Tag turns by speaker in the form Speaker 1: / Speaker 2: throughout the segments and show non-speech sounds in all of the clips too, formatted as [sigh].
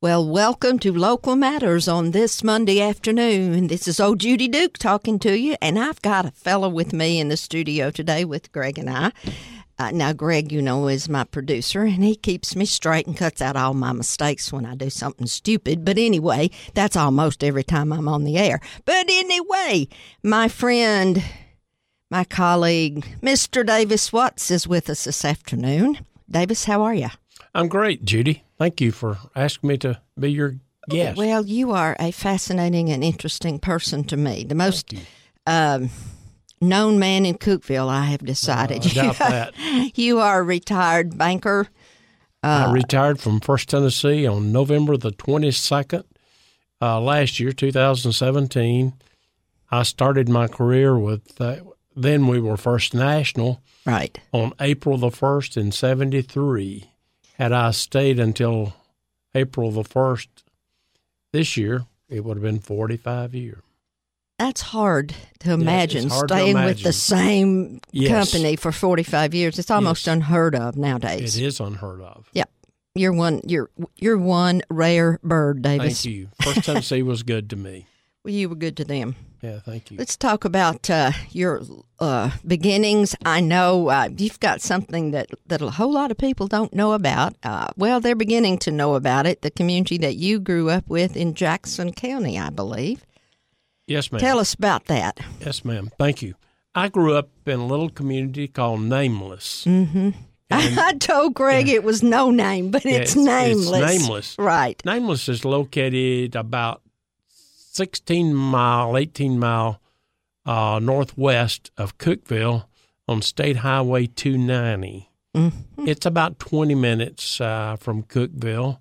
Speaker 1: Well, welcome to Local Matters on this Monday afternoon. This is old Judy Duke talking to you, and I've got a fellow with me in the studio today with Greg and I. Uh, now, Greg, you know, is my producer, and he keeps me straight and cuts out all my mistakes when I do something stupid. But anyway, that's almost every time I'm on the air. But anyway, my friend, my colleague, Mr. Davis Watts, is with us this afternoon. Davis, how are you?
Speaker 2: I'm great, Judy. Thank you for asking me to be your guest.
Speaker 1: Well, you are a fascinating and interesting person to me. The most um, known man in Cookville, I have decided.
Speaker 2: I doubt that.
Speaker 1: [laughs] you are a retired banker.
Speaker 2: I retired from First Tennessee on November the 22nd uh, last year, 2017. I started my career with, uh, then we were First National
Speaker 1: Right.
Speaker 2: on April the 1st in 73. Had I stayed until April the 1st this year, it would have been 45 years.
Speaker 1: That's hard to imagine
Speaker 2: it's hard to
Speaker 1: staying with
Speaker 2: imagine.
Speaker 1: the same
Speaker 2: Yes.
Speaker 1: company for 45 years. It's almost
Speaker 2: Yes.
Speaker 1: unheard of nowadays.
Speaker 2: It is unheard of.
Speaker 1: You're one you're you're one rare bird, Davis.
Speaker 2: Thank you. First Tennessee was good to me.
Speaker 1: Well, you were good to them.
Speaker 2: Yeah, thank you.
Speaker 1: Let's talk about uh, your uh, beginnings. I know uh, you've got something that, that a whole lot of people don't know about. Uh, well, they're beginning to know about it. The community that you grew up with in Jackson County, I believe.
Speaker 2: Yes, ma'am.
Speaker 1: Tell us about that.
Speaker 2: Yes, ma'am. Thank you. I grew up in a little community called Nameless.
Speaker 1: Mm. Mm-hmm. [laughs] I told Greg it was no name, but it's,
Speaker 2: it's- it's
Speaker 1: nameless.
Speaker 2: nameless.
Speaker 1: Right.
Speaker 2: Nameless is located about 16 mile, 18 mile uh, northwest of Cookville on State Highway 290.
Speaker 1: Mm-hmm.
Speaker 2: It's about 20 minutes uh, from Cookville.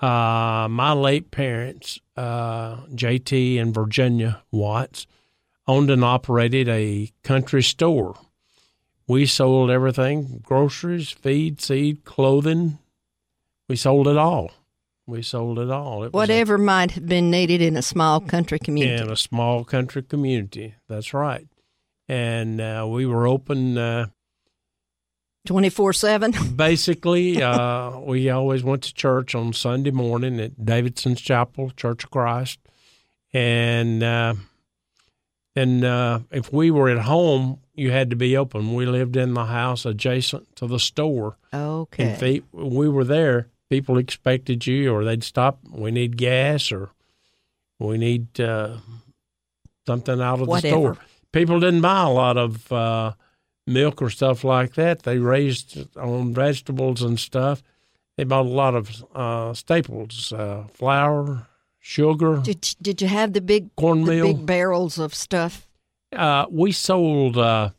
Speaker 2: Uh, my late parents, uh, JT and Virginia Watts, owned and operated a country store. We sold everything groceries, feed, seed, clothing. We sold it all. We sold it all. It was a-
Speaker 1: Whatever might have been needed in a small country community.
Speaker 2: in a small country community. That's right. And uh, we were open uh,
Speaker 1: 24 7.
Speaker 2: basically. Uh, we always went to church on Sunday morning at Davidson's Chapel, Church of Christ. And uh, then uh, if we were at home, you had to be open. We lived in the house adjacent to the store.
Speaker 1: Okay.
Speaker 2: And fe- we were there. People expected you, or they'd stop. We need gas, or we need uh, something out of
Speaker 1: Whatever.
Speaker 2: the store. People didn't buy a lot of uh, milk or stuff like that. They raised on vegetables and stuff. They bought a lot of uh, staples: uh, flour, sugar,
Speaker 1: Did, did you have the big, the
Speaker 2: cornmeal.
Speaker 1: big barrels of stuff?
Speaker 2: uh, we sold uh,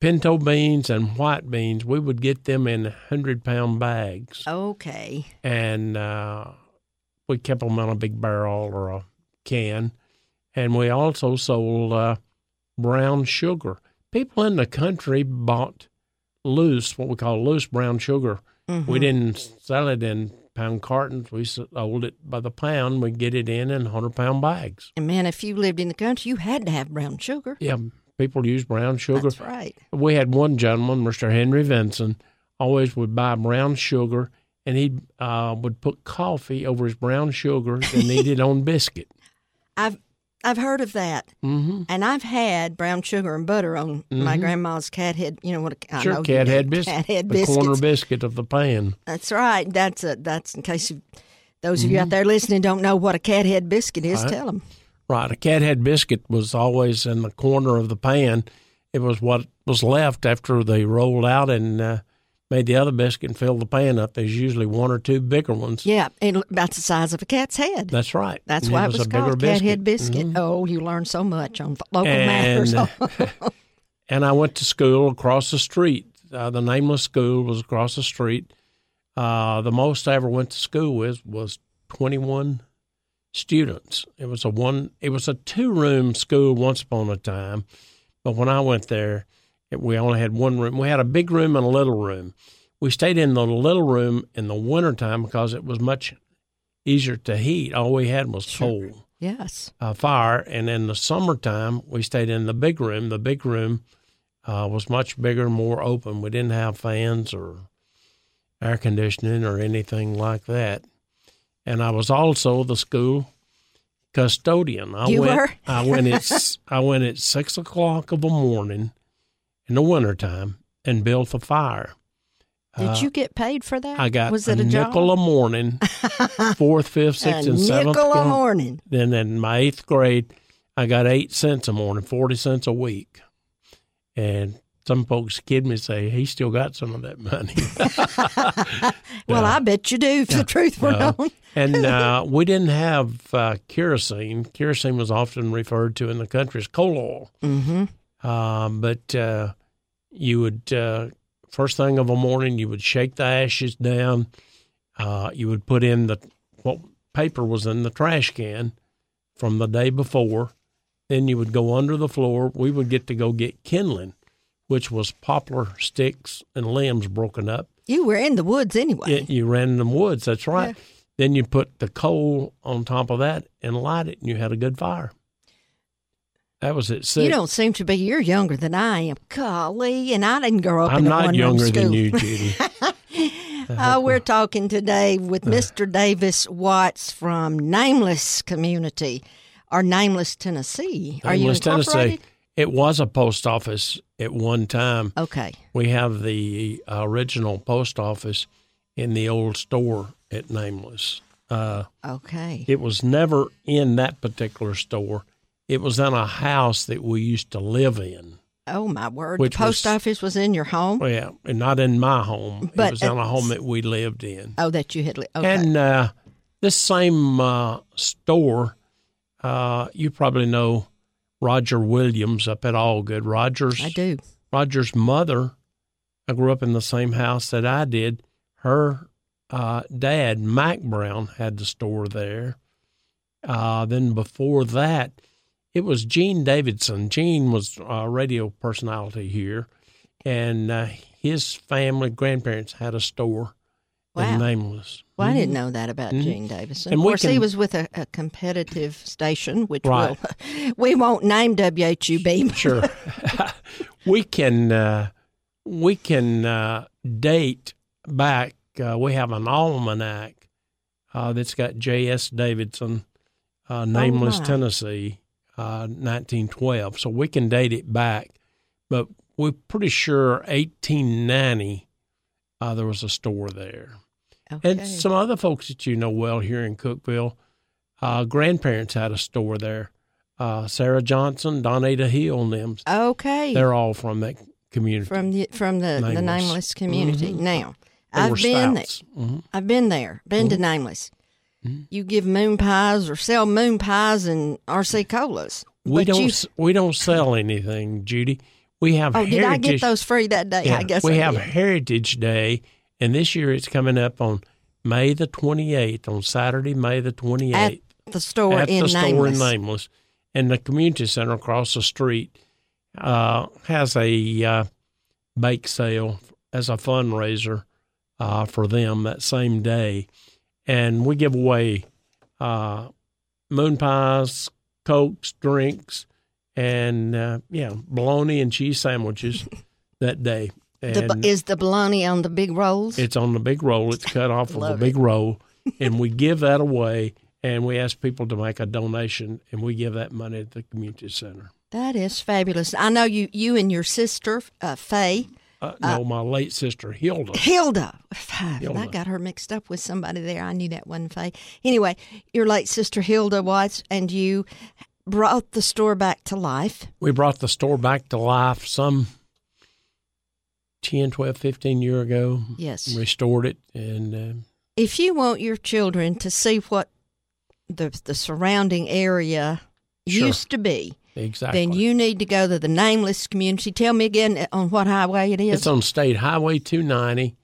Speaker 2: pinto beans and white beans. We would get them in hundred-pound bags.
Speaker 1: Okay.
Speaker 2: and uh, we kept them in a big barrel or a can. And we also sold uh, brown sugar. People in the country bought loose, what we call loose brown sugar. We didn't sell it in pound cartons. We sold it by the pound. We get it in in 100 pound bags.
Speaker 1: And man, if you lived in the country, you had to have brown sugar.
Speaker 2: Yeah, people use brown sugar.
Speaker 1: That's right.
Speaker 2: we had one gentleman, Mr. Henry Vinson, always would buy brown sugar, and he uh, would put coffee over his
Speaker 1: [laughs]
Speaker 2: brown sugar and eat it on biscuit.
Speaker 1: I've I've heard of that,
Speaker 2: Mm-hmm.
Speaker 1: and I've had brown sugar and butter on my grandma's cat head. You know what? A, I know
Speaker 2: Sure,
Speaker 1: you
Speaker 2: cat
Speaker 1: do,
Speaker 2: head biscuit,
Speaker 1: Cat head
Speaker 2: the corner
Speaker 1: biscuits.
Speaker 2: biscuit of the pan.
Speaker 1: That's right. That's a that's in case you, those of you out there listening don't know what a cat head biscuit is.
Speaker 2: Mm-hmm. Right.
Speaker 1: Tell them.
Speaker 2: Right, a cat head biscuit was always in the corner of the pan. It was what was left after they rolled out and uh, made the other biscuit and filled the pan up. There's usually one or two bigger ones.
Speaker 1: Yeah, and l- about the size of a cat's head.
Speaker 2: That's right.
Speaker 1: That's
Speaker 2: And
Speaker 1: why
Speaker 2: it
Speaker 1: it was,
Speaker 2: a bigger
Speaker 1: called cat
Speaker 2: biscuit. Mm-hmm.
Speaker 1: head biscuit. Oh, you learn so much on f- local matters.
Speaker 2: and, uh, [laughs] and I went to school across the street. Uh, the nameless school was across the street. Uh, the most I ever went to school with was 21 students. It was a one. It was a two room school once upon a time, but when I went there, it, we only had one room. We had a big room and a little room. We stayed in the little room in the wintertime because it was much easier to heat. All we had was coal
Speaker 1: [laughs] yes.
Speaker 2: uh, fire. And in the summertime, we stayed in the big room. The big room uh, was much bigger, more open. We didn't have fans or air conditioning or anything like that. and I was also the school custodian. I
Speaker 1: You
Speaker 2: went,
Speaker 1: were?
Speaker 2: [laughs] I went at s- I went at six o'clock of a morning in the wintertime and built a fire.
Speaker 1: Did
Speaker 2: Uh,
Speaker 1: you get paid for that?
Speaker 2: I got
Speaker 1: was
Speaker 2: a,
Speaker 1: it a, job?
Speaker 2: nickel
Speaker 1: [laughs]
Speaker 2: a morning, fourth, fifth, sixth,
Speaker 1: a
Speaker 2: and seventh.
Speaker 1: nickel a
Speaker 2: grade.
Speaker 1: morning.
Speaker 2: Then in my eighth grade, I got eight cents a morning, forty cents a week, and some folks kid me say he still got some of that money. [laughs]
Speaker 1: Well,
Speaker 2: Yeah.
Speaker 1: I bet you do. If the truth were
Speaker 2: No.
Speaker 1: known,
Speaker 2: and uh, we didn't have uh, kerosene. Kerosene was often referred to in the country as coal oil.
Speaker 1: mm-hmm.
Speaker 2: Um, but uh, you would uh, first thing of a morning, you would shake the ashes down. Uh, you would put in the what paper was in the trash can from the day before. Then you would go under the floor. We would get to go get kindling, which was poplar sticks and limbs broken up.
Speaker 1: you were in the woods anyway.
Speaker 2: It, you ran in the woods. That's right. Then you put the coal on top of that and light it, and you had a good fire. That was at six.
Speaker 1: you don't seem to be. You're younger than I am. Golly, and I didn't grow up
Speaker 2: I'm
Speaker 1: in a
Speaker 2: not
Speaker 1: one-room
Speaker 2: younger
Speaker 1: school. [laughs]
Speaker 2: than you, Judy.
Speaker 1: Uh, we're talking today with
Speaker 2: Uh.
Speaker 1: Mr. Davis Watts from Nameless Community or Nameless, Tennessee. Are you
Speaker 2: Nameless, Tennessee.
Speaker 1: incorporated?
Speaker 2: It was a post office at one time.
Speaker 1: Okay.
Speaker 2: We have the uh, original post office in the old store at Nameless. Uh,
Speaker 1: Okay.
Speaker 2: it was never in that particular store. It was in a house that we used to live in.
Speaker 1: Oh, my word. The
Speaker 2: Which
Speaker 1: post
Speaker 2: was-
Speaker 1: office was in your home?
Speaker 2: Well, yeah, and not in my home.
Speaker 1: But
Speaker 2: it was in a
Speaker 1: it's-
Speaker 2: home that we lived in.
Speaker 1: Oh, that you had. Li- okay.
Speaker 2: And uh, this same uh, store, uh, you probably know Roger Williams up at Allgood. Roger's
Speaker 1: I do.
Speaker 2: Roger's mother, I grew up in the same house that I did. Her uh, dad, Mike Brown, had the store there. Uh, then before that, it was Gene Davidson. Gene was a radio personality here, and uh, his family, grandparents, had a store
Speaker 1: Wow.
Speaker 2: in Nameless.
Speaker 1: Well, I didn't know that about
Speaker 2: Mhm.
Speaker 1: Gene Davison.
Speaker 2: And
Speaker 1: of
Speaker 2: we
Speaker 1: course, he
Speaker 2: can-
Speaker 1: was with a, a competitive station, which
Speaker 2: Right.
Speaker 1: will, [laughs] we won't name WHUB. [laughs]
Speaker 2: Sure. [laughs] we can uh, we can uh, date back. Uh, we have an almanac uh, that's got J.S. Davidson, uh, Nameless,
Speaker 1: Oh, my.
Speaker 2: Tennessee, uh, 1912. So we can date it back, but we're pretty sure 1890 uh, there was a store there.
Speaker 1: Okay.
Speaker 2: And some other folks that you know well here in Cookville, uh, grandparents had a store there. Uh, Sarah Johnson, Donita Hill, and them.
Speaker 1: okay.
Speaker 2: They're all from that community.
Speaker 1: from the from the the
Speaker 2: Nameless.
Speaker 1: nameless community.
Speaker 2: Mhm.
Speaker 1: Now,
Speaker 2: They
Speaker 1: I've
Speaker 2: were
Speaker 1: been
Speaker 2: Stouts. Mm-hmm. Mhm.
Speaker 1: I've been there, been to nameless.
Speaker 2: Mhm.
Speaker 1: You give moon pies or sell moon pies and RC colas.
Speaker 2: We
Speaker 1: But
Speaker 2: don't
Speaker 1: you-
Speaker 2: s we don't sell anything, Judy. We have
Speaker 1: oh, did I get
Speaker 2: heritage.
Speaker 1: those free that day?
Speaker 2: yeah,
Speaker 1: I guess
Speaker 2: we
Speaker 1: I
Speaker 2: have
Speaker 1: did.
Speaker 2: Heritage Day, and this year it's coming up on May the twenty eighth on Saturday, May the twenty
Speaker 1: at
Speaker 2: eighth.
Speaker 1: the store
Speaker 2: at
Speaker 1: in
Speaker 2: the store
Speaker 1: nameless.
Speaker 2: in Nameless, and the community center across the street uh, has a uh, bake sale as a fundraiser uh, for them that same day, and we give away uh, moon pies, cokes, drinks, and uh, yeah, bologna and
Speaker 1: [laughs]
Speaker 2: cheese sandwiches that day.
Speaker 1: The
Speaker 2: And
Speaker 1: bu- is the bologna on the big rolls?
Speaker 2: it's on the big roll. It's cut off of the
Speaker 1: Love [laughs]
Speaker 2: big roll, and we give that away. And we ask people to make a donation, and we give that money to the community center.
Speaker 1: that is fabulous. I know you you and your sister uh, Faye
Speaker 2: Uh, no, my late sister Hilda.
Speaker 1: Hilda. Five. I
Speaker 2: Hilda.
Speaker 1: got her mixed up with somebody there. I knew that wasn't Faye. Anyway, your late sister Hilda Watts and you brought the store back to life.
Speaker 2: We brought the store back to life some 10, 12, 15 year ago.
Speaker 1: Yes.
Speaker 2: Restored it, and uh,
Speaker 1: If you want your children to see what the the surrounding area
Speaker 2: Sure.
Speaker 1: used to be,
Speaker 2: exactly.
Speaker 1: then you need to go to the nameless community. Tell me again uh, on what highway it is.
Speaker 2: It's on State Highway 290.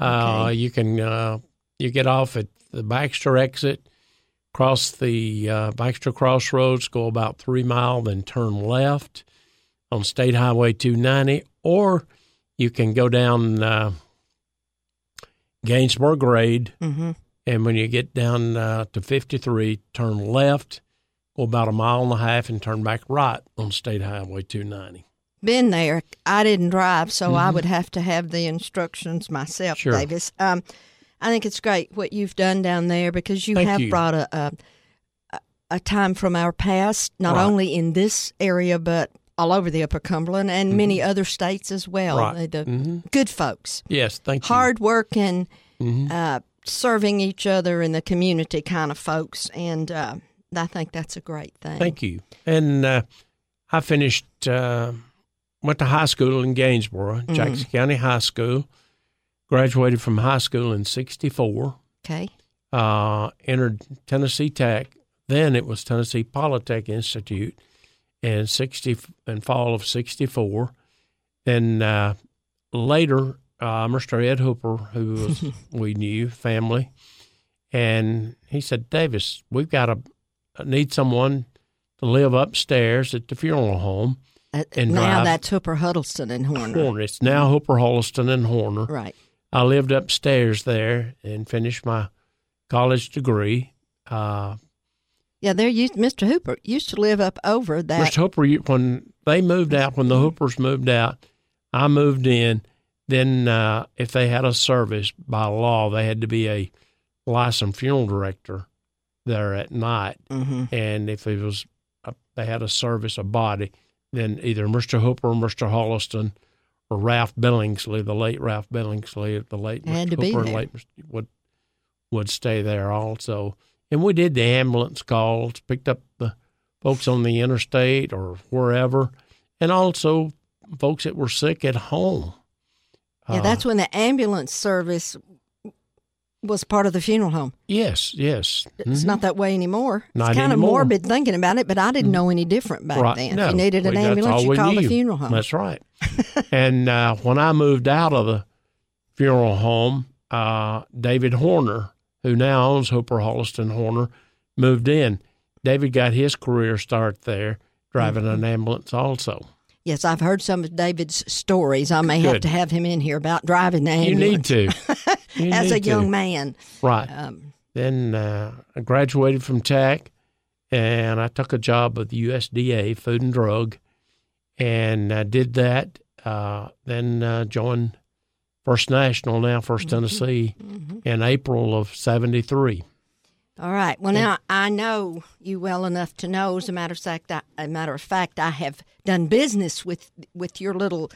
Speaker 2: Uh,
Speaker 1: Okay.
Speaker 2: You can uh, you get off at the Baxter exit, cross the uh, Baxter Crossroads, go about three mile, then turn left on State Highway 290, or you can go down uh, Gainsborough Grade,
Speaker 1: mm-hmm.
Speaker 2: and when you get down uh, to 53, turn left, go about a mile and a half, and turn back right on State Highway 290.
Speaker 1: Been there. I didn't drive, so I would have to have the instructions myself,
Speaker 2: Mm-hmm. Sure.
Speaker 1: Davis. Um, I think it's great what you've done down there because you
Speaker 2: Thank
Speaker 1: have
Speaker 2: you.
Speaker 1: brought a, a a time from our past, not
Speaker 2: Right.
Speaker 1: only in this area but all over the Upper Cumberland and many other states as well.
Speaker 2: Mm-hmm. Right.
Speaker 1: The
Speaker 2: hmm
Speaker 1: good folks,
Speaker 2: Yes, thank
Speaker 1: Oh, hard working,
Speaker 2: you. Mhm.
Speaker 1: uh, serving each other in the community kind of folks, and uh, I think that's a great thing.
Speaker 2: Thank you. And uh, I finished, uh, went to high school in Gainsborough, Jackson County High School. Graduated from high school in '64.
Speaker 1: Okay.
Speaker 2: uh, entered Tennessee Tech. Then it was Tennessee Polytech Institute in sixty in fall of '64. Then uh, later, uh, Mr. Ed Hooper, who was, we knew family, and he said, "Davis, we've got to need someone to live upstairs at the funeral home."
Speaker 1: Uh,
Speaker 2: And
Speaker 1: now
Speaker 2: drive-
Speaker 1: that's Hooper Huddleston and Horner.
Speaker 2: Horner. It's now Hooper Holliston and Horner.
Speaker 1: Right.
Speaker 2: I lived upstairs there and finished my college degree. Uh,
Speaker 1: Yeah, there used Mr. Hooper used to live up over that.
Speaker 2: Mr. Hooper, you- when they moved out, when the Hoopers moved out, I moved in. Then, uh, if they had a service by law, they had to be a licensed funeral director there at night.
Speaker 1: Mhm.
Speaker 2: And if it was a, they had a service, a body, then either Mr. Hooper or Mr. Holliston or Ralph Billingsley, the late Ralph Billingsley, the late
Speaker 1: Had
Speaker 2: Mr.
Speaker 1: to be
Speaker 2: Hooper,
Speaker 1: there.
Speaker 2: late Mr. would would stay there also. And we did the ambulance calls, picked up the folks on the interstate or wherever, and also folks that were sick at home.
Speaker 1: Yeah,
Speaker 2: Uh,
Speaker 1: that's when the ambulance service was part of the funeral home.
Speaker 2: Uh, yes, yes.
Speaker 1: It's
Speaker 2: Mhm.
Speaker 1: not that way anymore.
Speaker 2: Not
Speaker 1: it's kind of
Speaker 2: anymore. Mm-hmm.
Speaker 1: morbid thinking about it, but I didn't know any different back then.
Speaker 2: No,
Speaker 1: if you needed an
Speaker 2: we- that's all
Speaker 1: ambulance, you
Speaker 2: we
Speaker 1: called the
Speaker 2: knew.
Speaker 1: funeral home. [laughs]
Speaker 2: That's right. and uh, when I moved out of the funeral home, uh, David Horner, who now owns Hooper Holliston Horner, moved in. David got his career start there, driving
Speaker 1: Mm-hmm.
Speaker 2: an ambulance also.
Speaker 1: yes, I've heard some of David's stories. I may have
Speaker 2: Good.
Speaker 1: to have him in here about driving the
Speaker 2: You
Speaker 1: ambulance. [laughs]
Speaker 2: need to. You
Speaker 1: As a
Speaker 2: need to.
Speaker 1: young man,
Speaker 2: Right.
Speaker 1: um,
Speaker 2: Then uh, I graduated from Tech, and I took a job with the USDA, Food and Drug, and I did that. Uh, then uh, joined First National, now 1st Tennessee,
Speaker 1: mm-hmm.
Speaker 2: in April of '73.
Speaker 1: All right. Well, now I know you well enough to know. As a matter of fact, I, a matter of fact, I have done business with with your little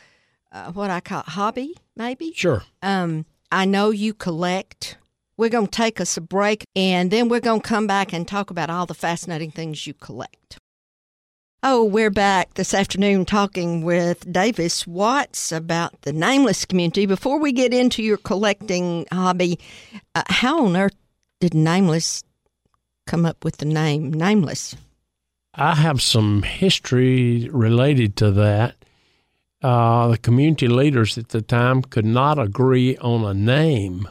Speaker 1: uh, what I call hobby, maybe.
Speaker 2: Sure.
Speaker 1: Um, I know you collect. We're going to take us a break, and then we're going to come back and talk about all the fascinating things you collect. Oh, we're back this afternoon talking with Davis Watts about the nameless community. Before we get into your collecting hobby, uh, how on earth did nameless come up with the name nameless?
Speaker 2: I have some history related to that. Uh, the community leaders at the time could not agree on a name.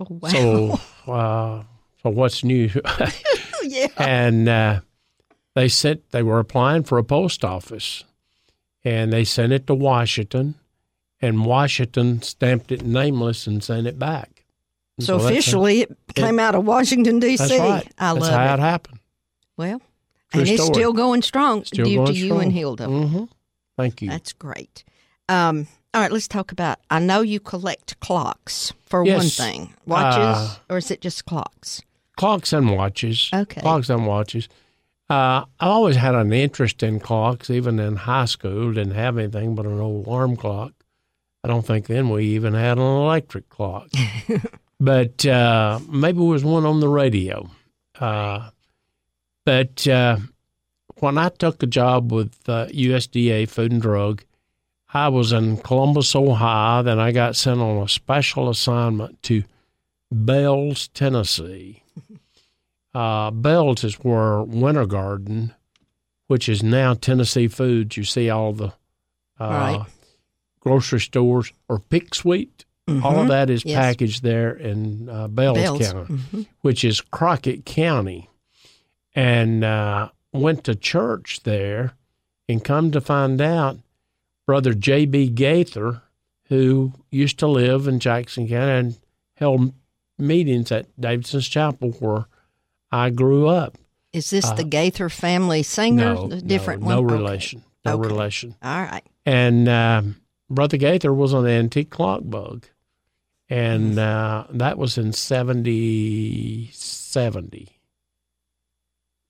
Speaker 1: Oh, wow! [laughs]
Speaker 2: So, uh, so what's new?
Speaker 1: yeah,
Speaker 2: and uh, they sent they were applying for a post office and they sent it to washington and washington stamped it nameless and sent it back And
Speaker 1: so
Speaker 2: that's how-
Speaker 1: officially it came out of Washington D.C.
Speaker 2: that's right
Speaker 1: I
Speaker 2: that's
Speaker 1: love
Speaker 2: how
Speaker 1: it.
Speaker 2: it happened
Speaker 1: Well, and
Speaker 2: True
Speaker 1: it's
Speaker 2: story.
Speaker 1: still going strong
Speaker 2: still
Speaker 1: due
Speaker 2: going
Speaker 1: to you
Speaker 2: strong.
Speaker 1: and Hilda.
Speaker 2: Mhm. thank you
Speaker 1: That's great. Um, all right, let's talk about. I know you collect clocks for one
Speaker 2: Yes.
Speaker 1: thing, watches,
Speaker 2: Uh,
Speaker 1: or is it just clocks?
Speaker 2: clocks and watches
Speaker 1: Okay.
Speaker 2: clocks and watches uh, I always had an interest in clocks, even in high school. Didn't have anything but an old alarm clock. I don't think then we even had an electric clock. but uh, maybe it was one on the radio. Uh, but uh, when I took a job with uh, USDA Food and Drug, I was in Columbus, Ohio. Then I got sent on a special assignment to Bells, Tennessee.
Speaker 1: [laughs]
Speaker 2: Uh, Bells is where Winter Garden, which is now Tennessee Foods, you see all the uh,
Speaker 1: Right.
Speaker 2: grocery stores, or Pick Sweet.
Speaker 1: Mm-hmm.
Speaker 2: All of that is
Speaker 1: Yes.
Speaker 2: packaged there in uh, Bells, County,
Speaker 1: Mhm.
Speaker 2: which is Crockett County, and uh, went to church there, and come to find out, brother J.B. Gaither, who used to live in Jackson County and held meetings at Davidson's Chapel where I grew up.
Speaker 1: Is this the
Speaker 2: Uh,
Speaker 1: Gaither family singer?
Speaker 2: no,
Speaker 1: the different
Speaker 2: no,
Speaker 1: one.
Speaker 2: no
Speaker 1: Okay.
Speaker 2: relation, no
Speaker 1: Okay.
Speaker 2: relation.
Speaker 1: All right.
Speaker 2: And um, brother Gaither was an antique clock bug. and uh, that was in 70, 70.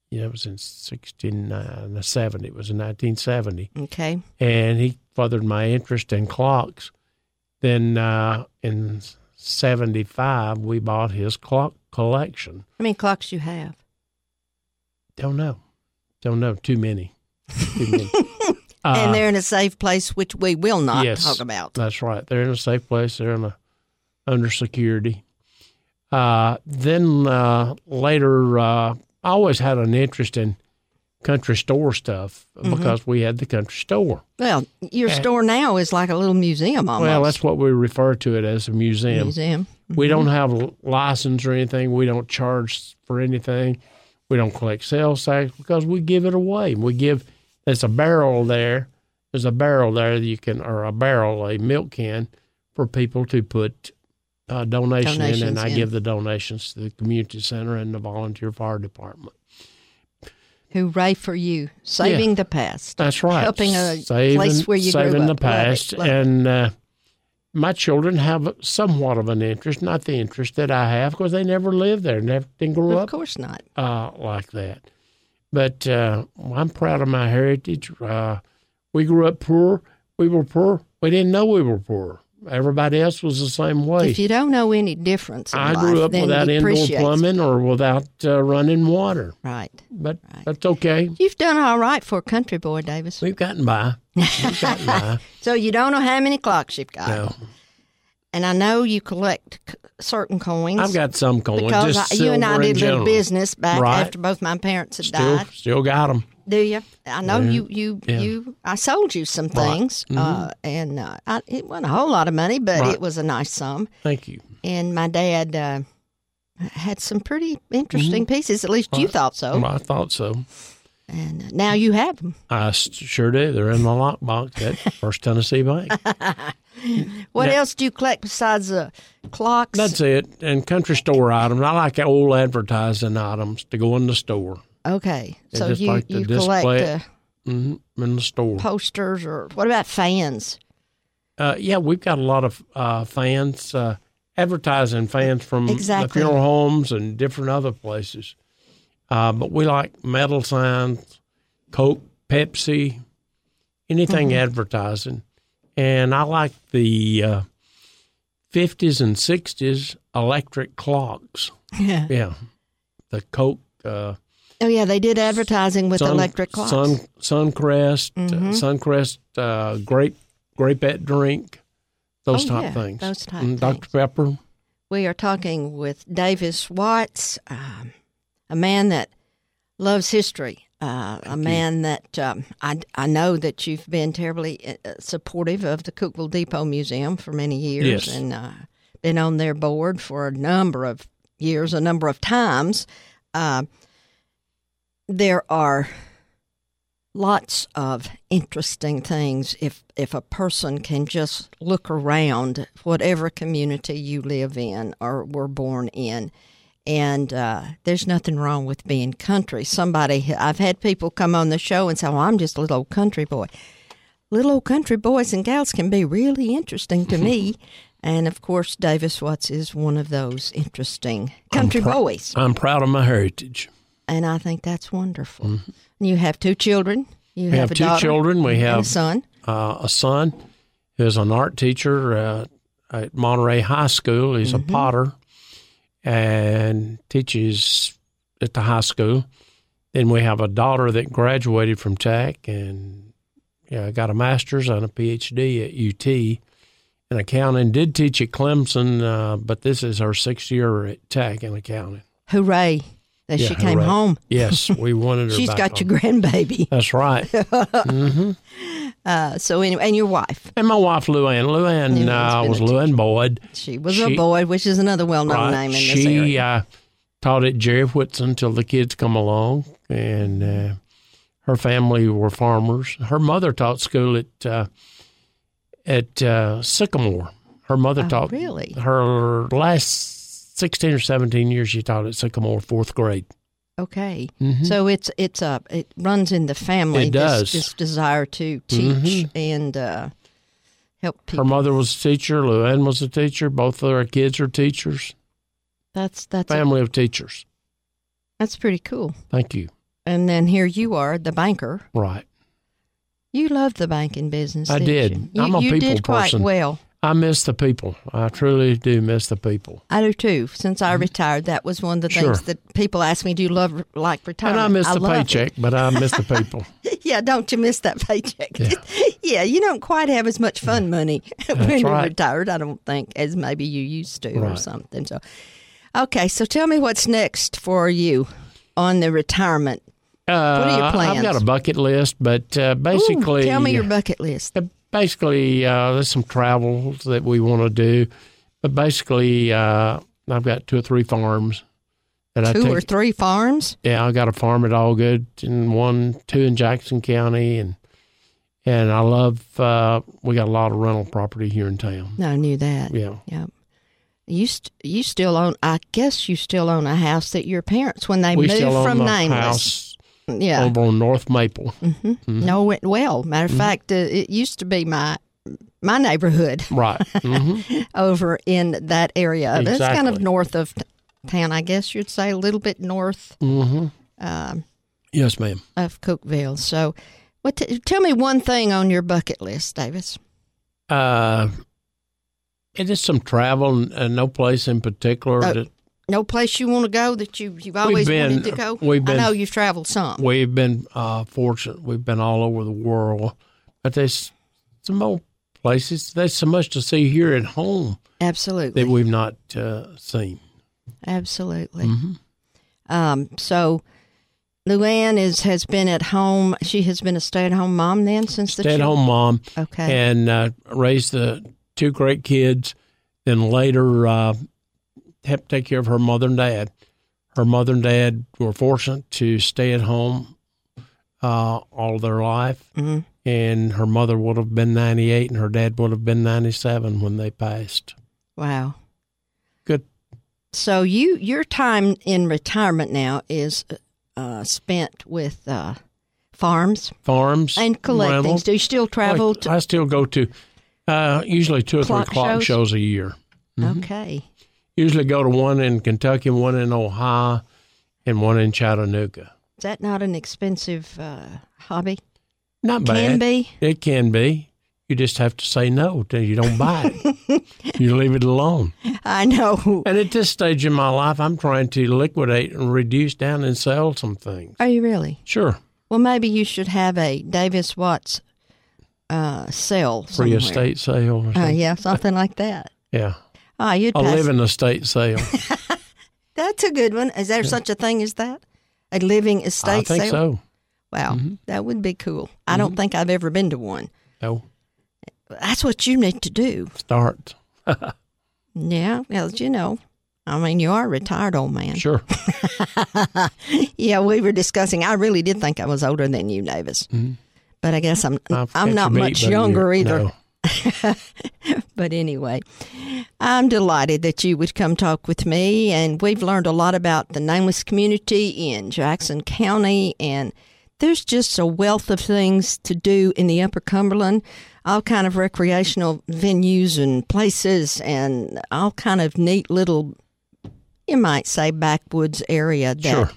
Speaker 2: Yeah, it was in 69, 70. It was in 1970.
Speaker 1: Okay.
Speaker 2: And he furthered my interest in clocks. Then uh, in 75, we bought his clock collection.
Speaker 1: How many clocks you have?
Speaker 2: Don't know. Don't know. Too many. Too many. Uh,
Speaker 1: and they're in a safe place, which we will not
Speaker 2: yes.
Speaker 1: talk about.
Speaker 2: That's right. They're in a safe place. They're in a under security. Uh, then uh, later, uh, I always had an interest in country store stuff because we had the country store.
Speaker 1: Well, your
Speaker 2: Uh,
Speaker 1: store now is like a little museum almost.
Speaker 2: Well, that's what we refer to it as a museum.
Speaker 1: museum.
Speaker 2: We don't have
Speaker 1: Mm-hmm.
Speaker 2: a license or anything. We don't charge for anything. We don't collect sales tax because we give it away. We give. There's a barrel there. There's a barrel there that you can, or a barrel, a milk can, for people to put a donation in, and
Speaker 1: Donations
Speaker 2: I
Speaker 1: in.
Speaker 2: give the donations to the community center and the volunteer fire department.
Speaker 1: Hooray for you. Saving the past.
Speaker 2: That's right.
Speaker 1: Helping a place where you grew
Speaker 2: saving the
Speaker 1: up. Love it,
Speaker 2: past,
Speaker 1: love it.
Speaker 2: and uh, my children have somewhat of an interest, not the interest that I have, because they never lived there, never didn't grow
Speaker 1: Of
Speaker 2: up
Speaker 1: course not.
Speaker 2: uh, like that. But uh, I'm proud of my heritage. Uh, we grew up poor. We were poor. We didn't know we were poor. Everybody else was the same way.
Speaker 1: If you don't know any difference, in
Speaker 2: I
Speaker 1: life,
Speaker 2: grew up
Speaker 1: then
Speaker 2: without
Speaker 1: you
Speaker 2: indoor
Speaker 1: appreciate-
Speaker 2: plumbing or without uh, running water,
Speaker 1: Right.
Speaker 2: but
Speaker 1: Right.
Speaker 2: that's okay.
Speaker 1: You've done all right for a country boy, Davis.
Speaker 2: We've gotten by. We've gotten
Speaker 1: [laughs]
Speaker 2: by.
Speaker 1: So you don't know how many clocks you've got.
Speaker 2: No,
Speaker 1: And I know you collect c- certain coins.
Speaker 2: I've got some coins.
Speaker 1: because
Speaker 2: Just
Speaker 1: I, you and I
Speaker 2: silver in
Speaker 1: did a little
Speaker 2: general.
Speaker 1: business back
Speaker 2: Right.
Speaker 1: after both my parents had
Speaker 2: Still,
Speaker 1: died.
Speaker 2: still got them.
Speaker 1: Do you? I know
Speaker 2: Yeah.
Speaker 1: you. You.
Speaker 2: Yeah.
Speaker 1: You. I sold you some
Speaker 2: Right. Mm-hmm.
Speaker 1: things, uh, and uh, I, it wasn't a whole lot of money, but
Speaker 2: Right.
Speaker 1: it was a nice sum.
Speaker 2: Thank you.
Speaker 1: And my dad uh, had some pretty interesting
Speaker 2: Mm-hmm.
Speaker 1: pieces. At least you thought so.
Speaker 2: Well, I thought so.
Speaker 1: And uh, now you have them.
Speaker 2: I s- sure do. They're in the lockbox at First Tennessee Bank.
Speaker 1: What
Speaker 2: Now-
Speaker 1: else do you collect besides uh, clocks?
Speaker 2: That's it. And country store items. I like old advertising items to go in the store.
Speaker 1: okay,
Speaker 2: I
Speaker 1: so
Speaker 2: just
Speaker 1: you
Speaker 2: like to
Speaker 1: you collect
Speaker 2: display
Speaker 1: uh,
Speaker 2: hmm In the store.
Speaker 1: posters or what about fans?
Speaker 2: Uh, yeah, we've got a lot of uh, fans, uh, advertising fans from the
Speaker 1: Exactly.
Speaker 2: funeral homes and different other places. Uh, but we like metal signs, Coke, Pepsi, anything advertising. And I like the uh, 50s and 60s electric clocks.
Speaker 1: Yeah.
Speaker 2: Yeah. The Coke. Uh,
Speaker 1: Oh yeah, they did advertising with electric clocks. Mm-hmm.
Speaker 2: Sun, Suncrest, uh, Suncrest uh, grape grapette drink, those
Speaker 1: Oh,
Speaker 2: type
Speaker 1: yeah,
Speaker 2: things.
Speaker 1: those type
Speaker 2: Mm, Dr.
Speaker 1: things.
Speaker 2: Pepper.
Speaker 1: We are talking with Davis Watts, um, a man that loves history, uh, a man that um, I, I know that you've been terribly uh, supportive of the Cookville Depot Museum for many years
Speaker 2: Yes.
Speaker 1: and uh, been on their board for a number of years, a number of times. Uh, there are lots of interesting things if if a person can just look around whatever community you live in or were born in and uh, there's nothing wrong with being country somebody i've had people come on the show and say well i'm just a little old country boy little old country boys and gals can be really interesting to
Speaker 2: [laughs]
Speaker 1: me and of course davis watts is one of those interesting country boys
Speaker 2: I'm proud of my heritage.
Speaker 1: and i think that's wonderful And you have two children you
Speaker 2: We Mm-hmm. have,
Speaker 1: a
Speaker 2: two
Speaker 1: daughter
Speaker 2: children. We
Speaker 1: and a
Speaker 2: have
Speaker 1: son
Speaker 2: uh, a son who's an art teacher uh, at Monterey High School. He's
Speaker 1: Mm-hmm.
Speaker 2: a potter and teaches at the high school. Then we have a daughter that graduated from Tech and yeah, got a master's and a PhD at UT in accounting. Did teach at Clemson, uh, but this is her sixth year at Tech in accounting.
Speaker 1: Hooray. That
Speaker 2: Yeah,
Speaker 1: she came
Speaker 2: hooray.
Speaker 1: home.
Speaker 2: Yes, we wanted
Speaker 1: [laughs]
Speaker 2: her.
Speaker 1: She's
Speaker 2: back
Speaker 1: got
Speaker 2: on.
Speaker 1: your grandbaby. [laughs]
Speaker 2: That's right.
Speaker 1: Uh, so anyway, and your wife.
Speaker 2: And my wife, Lou Ann. Lou Ann
Speaker 1: Yeah,
Speaker 2: uh,
Speaker 1: it's
Speaker 2: was
Speaker 1: been a
Speaker 2: Lou Ann Boyd.
Speaker 1: She was a
Speaker 2: She-
Speaker 1: boy, which is another well-known name in this
Speaker 2: she
Speaker 1: area.
Speaker 2: Uh, taught at Jerry Whitson till the kids come along, and uh, her family were farmers. Her mother taught school at uh, at uh, Sycamore. Her mother
Speaker 1: Oh,
Speaker 2: taught
Speaker 1: really?
Speaker 2: her last sixteen or seventeen years. She taught at Sycamore fourth grade.
Speaker 1: Okay. So it's it's a it runs in the family.
Speaker 2: Mhm. It
Speaker 1: this,
Speaker 2: does.
Speaker 1: This desire to teach and uh, help people.
Speaker 2: Her mother was a teacher. Luann was a teacher. Both of their kids are teachers.
Speaker 1: That's that's a-
Speaker 2: Family of teachers.
Speaker 1: that's pretty cool.
Speaker 2: Thank you.
Speaker 1: And then here you are, the banker.
Speaker 2: Right.
Speaker 1: You loved the banking business.
Speaker 2: I
Speaker 1: didn't
Speaker 2: did.
Speaker 1: You?
Speaker 2: I'm a
Speaker 1: you, you
Speaker 2: people
Speaker 1: did quite
Speaker 2: person.
Speaker 1: well.
Speaker 2: I miss the people. I truly do miss the people.
Speaker 1: I do too. Since I retired, that was one of the
Speaker 2: Mm-hmm. Sure.
Speaker 1: things that people asked me, "Do you love re- like
Speaker 2: And
Speaker 1: retirement?"
Speaker 2: I miss the
Speaker 1: love it.
Speaker 2: paycheck, but I miss the
Speaker 1: [laughs]
Speaker 2: people.
Speaker 1: Yeah, don't you miss that paycheck?
Speaker 2: Yeah.
Speaker 1: [laughs] Yeah, you don't quite have as much fun money [laughs] when you're
Speaker 2: right.
Speaker 1: retired. I don't think as maybe you used to or
Speaker 2: Right.
Speaker 1: something. So, okay, so tell me what's next for you on the retirement.
Speaker 2: Uh,
Speaker 1: are your
Speaker 2: I've got
Speaker 1: plans?
Speaker 2: a bucket list, but uh,
Speaker 1: Ooh,
Speaker 2: basically,
Speaker 1: tell me your bucket list.
Speaker 2: Uh, basically, uh, there's some travels that we want to do, but basically, uh, I've got two or three farms that I
Speaker 1: Two
Speaker 2: take.
Speaker 1: or three farms.
Speaker 2: yeah, I got a farm at Allgood and one, two in Jackson County, and and I love. Uh, we got a lot of rental property here in town.
Speaker 1: No, I knew that.
Speaker 2: Yeah,
Speaker 1: Yeah. You st- you still own? I guess you still own a house that your parents when they
Speaker 2: we
Speaker 1: moved
Speaker 2: still own
Speaker 1: from
Speaker 2: a
Speaker 1: Nameless.
Speaker 2: house Oh. Mm-hmm.
Speaker 1: yeah.
Speaker 2: over on North Maple.
Speaker 1: Know it well. Matter of
Speaker 2: Mm-hmm.
Speaker 1: fact, uh, it used to be my my neighborhood [laughs]
Speaker 2: Right. hmm
Speaker 1: over in that area. That's kind of
Speaker 2: Exactly.
Speaker 1: north of t- town, I guess you'd say, a little bit north
Speaker 2: hmm
Speaker 1: um,
Speaker 2: Yes, ma'am.
Speaker 1: of Cookville. So, what? T- tell me one thing on your bucket list, Davis.
Speaker 2: Uh, it is some travel, and uh, no place in particular
Speaker 1: Oh,
Speaker 2: that
Speaker 1: No place you want to go that you you've always
Speaker 2: been-
Speaker 1: wanted to go.
Speaker 2: we've
Speaker 1: I
Speaker 2: been-
Speaker 1: know you've traveled some.
Speaker 2: We've been uh, fortunate. We've been all over the world, but there's some old places. There's so much to see here at home
Speaker 1: Absolutely.
Speaker 2: that we've not uh, seen.
Speaker 1: Absolutely.
Speaker 2: Mm-hmm.
Speaker 1: Um, so Luann is has been at home. She has been a stay at home mom then since the
Speaker 2: Stay at home mom
Speaker 1: children- Okay.
Speaker 2: and uh, raised the two great kids. Then later, uh, helped take care of her mother and dad. Her mother and dad were fortunate to stay at home uh, all their life,
Speaker 1: Mhm.
Speaker 2: and her mother would have been 98, and her dad would have been 97 when they passed.
Speaker 1: Wow.
Speaker 2: Good
Speaker 1: So you your time in retirement now is uh, spent with uh, farms
Speaker 2: farms
Speaker 1: and collecting.
Speaker 2: rentals.
Speaker 1: Do you still travel?
Speaker 2: Like, uh-huh. I still go to uh, usually two or
Speaker 1: Clock
Speaker 2: three clock
Speaker 1: shows?
Speaker 2: shows? a year.
Speaker 1: to,
Speaker 2: Mm-hmm.
Speaker 1: okay.
Speaker 2: Usually go to one in Kentucky, one in Ohio, and one in Chattanooga.
Speaker 1: Is that not an expensive uh, hobby?
Speaker 2: Not
Speaker 1: Can
Speaker 2: bad.
Speaker 1: be. [laughs]
Speaker 2: It can be. You just have to say no till you don't buy
Speaker 1: [laughs]
Speaker 2: it. you leave it alone.
Speaker 1: I know.
Speaker 2: And at this stage in my life, I'm trying to liquidate and reduce down and sell some things.
Speaker 1: Are you really?
Speaker 2: Sure,
Speaker 1: Well, maybe you should have a Davis Watts uh, sale
Speaker 2: free
Speaker 1: somewhere.
Speaker 2: estate sale. Or something.
Speaker 1: Uh, yeah, something like that.
Speaker 2: yeah,
Speaker 1: Ah, you'd
Speaker 2: I
Speaker 1: pass.
Speaker 2: live in estate
Speaker 1: [laughs]
Speaker 2: sale.
Speaker 1: That's a good one. Is there such a thing as that? A living estate
Speaker 2: I think
Speaker 1: sale?
Speaker 2: so. Mm-hmm.
Speaker 1: Wow, that would be cool. I don't think I've ever been to one.
Speaker 2: No,
Speaker 1: That's what you need to do. [laughs]
Speaker 2: start.
Speaker 1: Yeah, well, you know, I mean, you are a retired old man. [laughs]
Speaker 2: Sure.
Speaker 1: Yeah, we were discussing. I really did think I was older than you, Davis. But I guess I'm.
Speaker 2: I've got
Speaker 1: I'm
Speaker 2: you
Speaker 1: not
Speaker 2: beat,
Speaker 1: much
Speaker 2: but
Speaker 1: younger
Speaker 2: you're-
Speaker 1: either.
Speaker 2: no.
Speaker 1: But anyway, I'm delighted that you would come talk with me. And we've learned a lot about the nameless community in Jackson County. And there's just a wealth of things to do in the Upper Cumberland, all kind of recreational venues and places and all kind of neat little, you might say, backwoods area that
Speaker 2: Sure.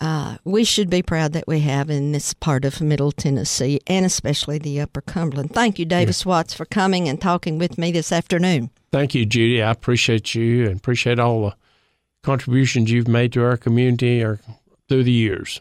Speaker 1: uh, we should be proud that we have in this part of Middle Tennessee and especially the Upper Cumberland. Thank you, Davis Watts, for coming and talking with me this afternoon.
Speaker 2: Thank you, Judy. I appreciate you and appreciate all the contributions you've made to our community or through the years.